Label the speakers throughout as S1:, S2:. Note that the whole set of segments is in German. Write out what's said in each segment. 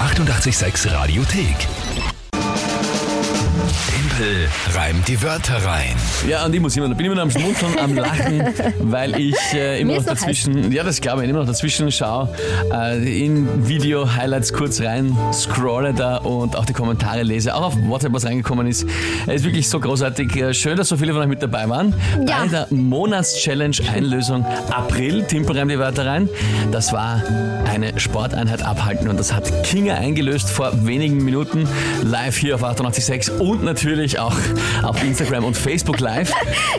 S1: 886 Radiothek. Tempel reimt die Wörter rein.
S2: Ja, an die muss jemand. Da bin ich immer noch am Schmunzeln, am Lachen, weil ich äh, immer
S3: Mir
S2: noch
S3: ist noch
S2: dazwischen, ja, das glaube ich, immer noch dazwischen schaue, äh, in Video-Highlights kurz rein, scrolle da und auch die Kommentare lese. Auch auf WhatsApp, was reingekommen ist. Es ist wirklich so großartig. Äh, Schön, dass so viele von euch mit dabei waren.
S3: Ja.
S2: Bei der Monatschallenge-Einlösung April, Timpel reimt die Wörter rein. Das war eine Sporteinheit abhalten und das hat Kinga eingelöst vor wenigen Minuten live hier auf 886 und natürlich auch auf Instagram und Facebook live.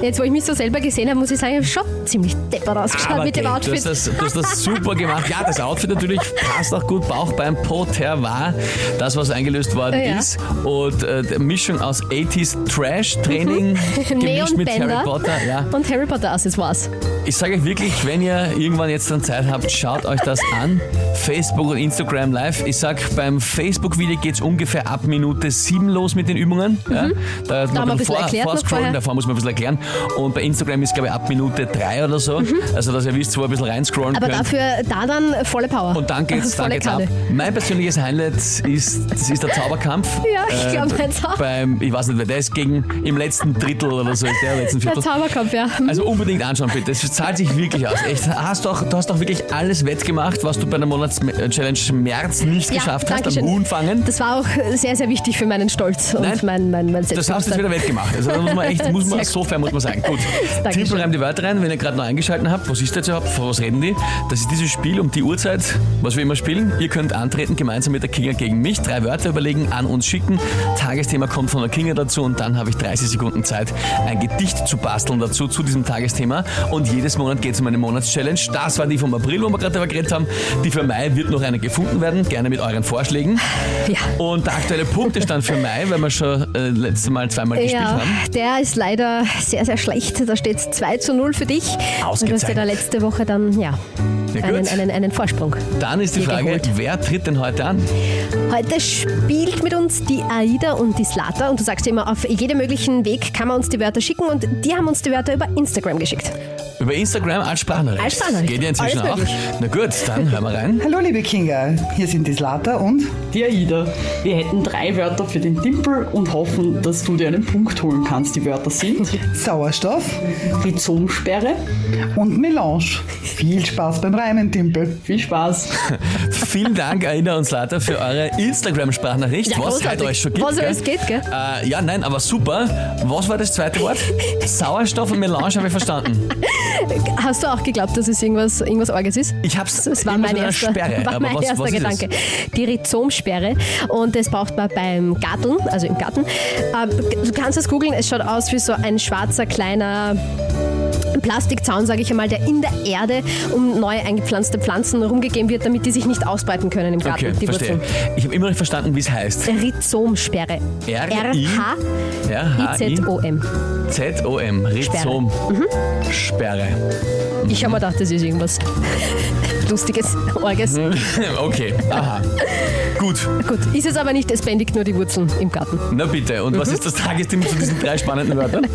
S3: Jetzt, wo ich mich so selber gesehen habe, muss ich sagen, ich habe schon ziemlich deppert ausgeschaut mit dem
S2: Kate,
S3: Outfit.
S2: Du hast, das, du hast das super gemacht. Ja, das Outfit natürlich passt auch gut. Bauch beim Poter war das, was eingelöst worden
S3: Ja.
S2: ist. Und äh, die Mischung aus 80s Trash-Training
S3: Mhm.
S2: gemischt mit Harry
S3: Neonbänder
S2: Potter. Ja.
S3: und Harry Potter Accessoires.
S2: Ich sage euch wirklich, wenn ihr irgendwann jetzt dann Zeit habt, schaut euch das an. Facebook und Instagram live. Ich sag, beim Facebook-Video geht's ungefähr ab Minute 7 los mit den Übungen. Ja, da hat
S3: Mhm. Da haben wir
S2: man
S3: ein
S2: ein
S3: bisschen
S2: vor,
S3: erklärt noch
S2: vorscrollen,
S3: vorher.
S2: davor muss man ein bisschen erklären. Und bei Instagram ist, glaube ich, ab Minute 3 oder so. Also, dass ihr wisst, wo ihr ein bisschen reinscrollen
S3: Mhm. Aber
S2: könnt.
S3: dafür da dann volle Power. Also
S2: und dann geht's, dann
S3: Volle
S2: geht's ab.
S3: Kanne.
S2: Mein persönliches Highlight ist, das ist der Zauberkampf. Äh,
S3: Ja, ich glaub, meins auch.
S2: Beim, ich weiß nicht, wer der ist, gegen im letzten Drittel oder so, ist der im letzten
S3: Der
S2: Viertel.
S3: Zauberkampf, ja.
S2: Also unbedingt anschauen, bitte. Es zahlt sich wirklich aus. Echt, hast doch, du hast doch wirklich alles wettgemacht, was du bei der Monatschallenge März nicht
S3: Ja,
S2: geschafft hast,
S3: danke
S2: am
S3: schön.
S2: Unfangen.
S3: Das war auch sehr, sehr wichtig für meinen Stolz
S2: Nein,
S3: und mein, mein, mein
S2: Das hast du jetzt
S3: Selbstbewusstsein.
S2: wieder wettgemacht. Also da muss man echt, muss man,
S3: Sehr
S2: so fair muss man sagen. Gut.
S3: Dankeschön.
S2: Timpel reimt die Wörter rein, wenn ihr gerade noch eingeschaltet habt. Was ist das überhaupt? Von was reden die? Das ist dieses Spiel um die Uhrzeit, was wir immer spielen. Ihr könnt antreten, gemeinsam mit der Kinga gegen mich. Drei Wörter überlegen, an uns schicken. Tagesthema kommt von der Kinga dazu und dann habe ich 30 Sekunden Zeit, ein Gedicht zu basteln dazu, zu diesem Tagesthema. Und jedes Monat geht es um eine Monatschallenge. Das war die vom April, wo wir gerade darüber geredet haben. Die für Mai wird noch eine gefunden werden, gerne mit euren Vorschlägen.
S3: Ja.
S2: Und der aktuelle Punktestand für Mai, weil wir schon äh, letztes Mal zweimal gespielt
S3: Ja,
S2: haben.
S3: der ist leider sehr, sehr schlecht. Da steht es 2 zu 0 für dich. Und du hast ja
S2: Ausgezeichnet.
S3: da letzte Woche dann, ja,
S2: Ja,
S3: einen,
S2: gut.
S3: einen, einen Vorsprung.
S2: Dann ist die
S3: Hier
S2: Frage,
S3: geholt.
S2: wer tritt denn heute an?
S3: Heute spielt mit uns die Aida und die Slata. Und du sagst ja immer, auf jedem möglichen Weg kann man uns die Wörter schicken. Und die haben uns die Wörter über Instagram geschickt.
S2: Über Instagram als Sprachnachricht.
S3: Als Sprachnachricht.
S2: Geht ja inzwischen
S3: Alles
S2: auch.
S3: möglich.
S2: Na gut, dann hören wir rein.
S4: Hallo liebe Kinga, hier sind die Slater und
S5: Die Aida. Wir hätten drei Wörter für den Timpel und hoffen, dass du dir einen Punkt holen kannst. Die Wörter sind
S4: Sauerstoff
S5: Rhizomsperre.
S4: und Melange. Viel Spaß beim Reimen, Timpel.
S5: Viel Spaß.
S2: Vielen Dank, Aina und Slater, für eure Instagram-Sprachnachricht.
S3: Ja,
S2: was
S3: großartig.
S2: heute euch schon gibt.
S3: Was
S2: gell?
S3: alles geht, gell?
S2: Äh, ja, nein, aber super. Was war das zweite Wort? Sauerstoff und Melange habe ich verstanden.
S3: Hast du auch geglaubt, dass es irgendwas, irgendwas Orges ist?
S2: Ich hab's.
S3: Das war
S2: irgendwas
S3: mein
S2: mit einer
S3: erster,
S2: Sperre.
S3: war
S2: aber
S3: mein
S2: was,
S3: erster
S2: was ist es?
S3: Gedanke. Die Rhizomsperre. Und das braucht man beim Garteln, also im Garten. Ähm, Du kannst es googeln, es schaut aus wie so ein schwarzer kleiner. Plastikzaun, sage ich einmal, der in der Erde um neu eingepflanzte Pflanzen rumgegeben wird, damit die sich nicht ausbreiten können im Garten,
S2: Okay,
S3: die
S2: verstehe. Ich habe immer noch nicht verstanden, wie es heißt.
S3: Wurzeln. Rhizomsperre.
S2: R- I-
S3: R-H-I-Z-O-M.
S2: Ja, Z-O-M. Rhizom. Sperre.
S3: Ich habe mir gedacht, das ist irgendwas Lustiges, Orges.
S2: Mhm. Okay, aha. Gut,
S3: Gut, ist es aber nicht, es bändigt nur die Wurzeln im Garten.
S2: na bitte. Und was ist das Tagesthema zu diesen drei spannenden Wörtern?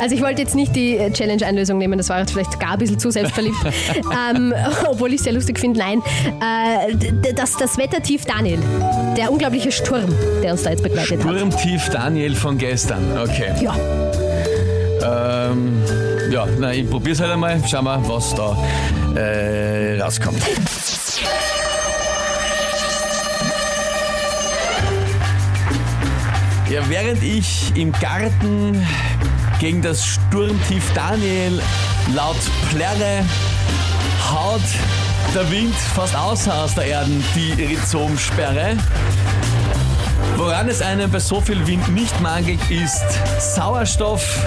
S3: Also ich wollte jetzt nicht die äh, Challenge-Einlösung nehmen, das war jetzt vielleicht gar ein bisschen zu selbstverliebt, ähm, obwohl ich es sehr lustig finde. Nein, äh, d- d- das, das Wettertief Daniel, der unglaubliche Sturm, der uns da jetzt begleitet hat.
S2: Sturmtief Daniel von gestern. Okay.
S3: Ja,
S2: Ähm, ja, na, ich probier's halt einmal. Schau mal, was da äh, rauskommt. Ja, während ich im Garten gegen das Sturmtief Daniel laut plärre, haut der Wind fast außer aus der Erden die Rhizomsperre. Woran es einem bei so viel Wind nicht mangelt, ist Sauerstoff.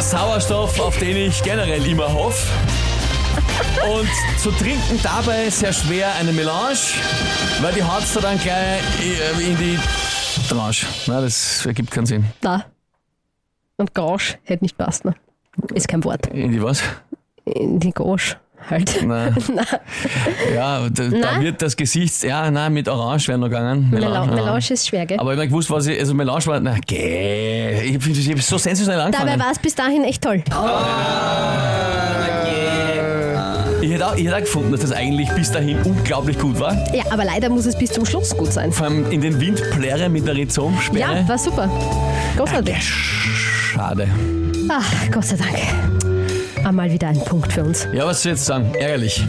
S2: Sauerstoff, auf den ich generell immer hoffe. Und zu trinken dabei sehr schwer eine Melange, weil die haut's da dann gleich äh, in die Tranche. Na, das ergibt keinen Sinn.
S3: da. Und Gauche hätte nicht passt, ne? Ist kein Wort.
S2: In die was?
S3: In die Gauche halt.
S2: Nein. Ja, da, da
S3: Nein?
S2: wird das Gesicht, ja, nein, mit Orange wäre noch gegangen.
S3: Melange,
S2: ja.
S3: Melange ist schwer, gell?
S2: Aber ich hab gewusst, was ich, also Melange war, na, geh, ich bin ich hab so sensationell
S3: Dabei
S2: angefangen.
S3: war es bis dahin echt toll.
S2: Ich hätte auch genau, ich hätte auch gefunden, dass das eigentlich bis dahin unglaublich gut war.
S3: Ja, aber leider muss es bis zum Schluss gut sein.
S2: Vor allem in den Wind plärre mit der Rhizomsperre.
S3: Ja, war super. Großartig.
S2: Danke. Schade.
S3: Ach, Gott sei Dank. Einmal wieder ein Punkt für uns.
S2: Ja, was soll ich jetzt sagen? Ärgerlich.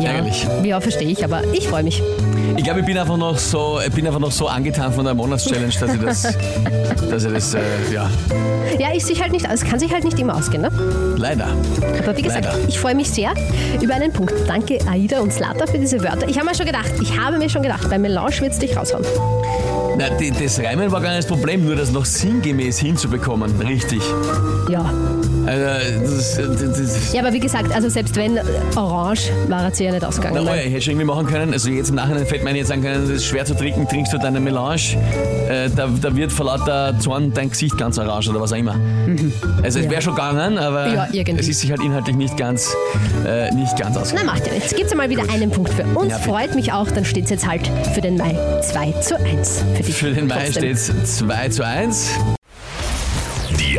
S2: Ärgerlich.
S3: ja verstehe ich, aber ich freue mich.
S2: Ich glaube, ich bin einfach noch so, ich bin einfach noch so angetan von der Monatschallenge, dass ich das, dass ich das, äh, ja,
S3: Ja, ich sich halt nicht, es kann sich halt nicht immer ausgehen, ne?
S2: leider.
S3: Aber wie gesagt,
S2: Leider.
S3: ich freue mich sehr über einen Punkt. Danke Aida und Slata für diese Wörter. Ich habe mir schon gedacht, ich habe mir schon gedacht, bei Melange wird es dich raushauen.
S2: Na, die, das Reimen war gar nicht das Problem, nur das noch sinngemäß hinzubekommen, richtig.
S3: Ja.
S2: Also, das, das, das,
S3: Ja, aber wie gesagt, also selbst wenn äh, Orange war es ja nicht
S2: na,
S3: ausgegangen.
S2: oh ja, ich hätte schon irgendwie machen können, also jetzt im Nachhinein fällt mir ein, jetzt sagen können, das ist schwer zu trinken, trinkst du deine Melange, äh, da, da wird vor lauter Zorn dein Gesicht ganz orange oder was auch immer. Also es wäre schon gegangen, aber
S3: Mhm. Ja, irgendwie.
S2: es ist sich halt inhaltlich nicht ganz, äh, nicht ganz
S3: Na,
S2: ausgegangen.
S3: macht ja nichts. Gibt's ja mal wieder einen Punkt für uns.
S2: Ja, bitte.
S3: Freut mich auch, dann steht es jetzt halt für den Mai 2 zu 1. Für, dich
S2: Für den Mai
S3: Trotzdem.
S2: steht es 2 zu 1.
S1: Die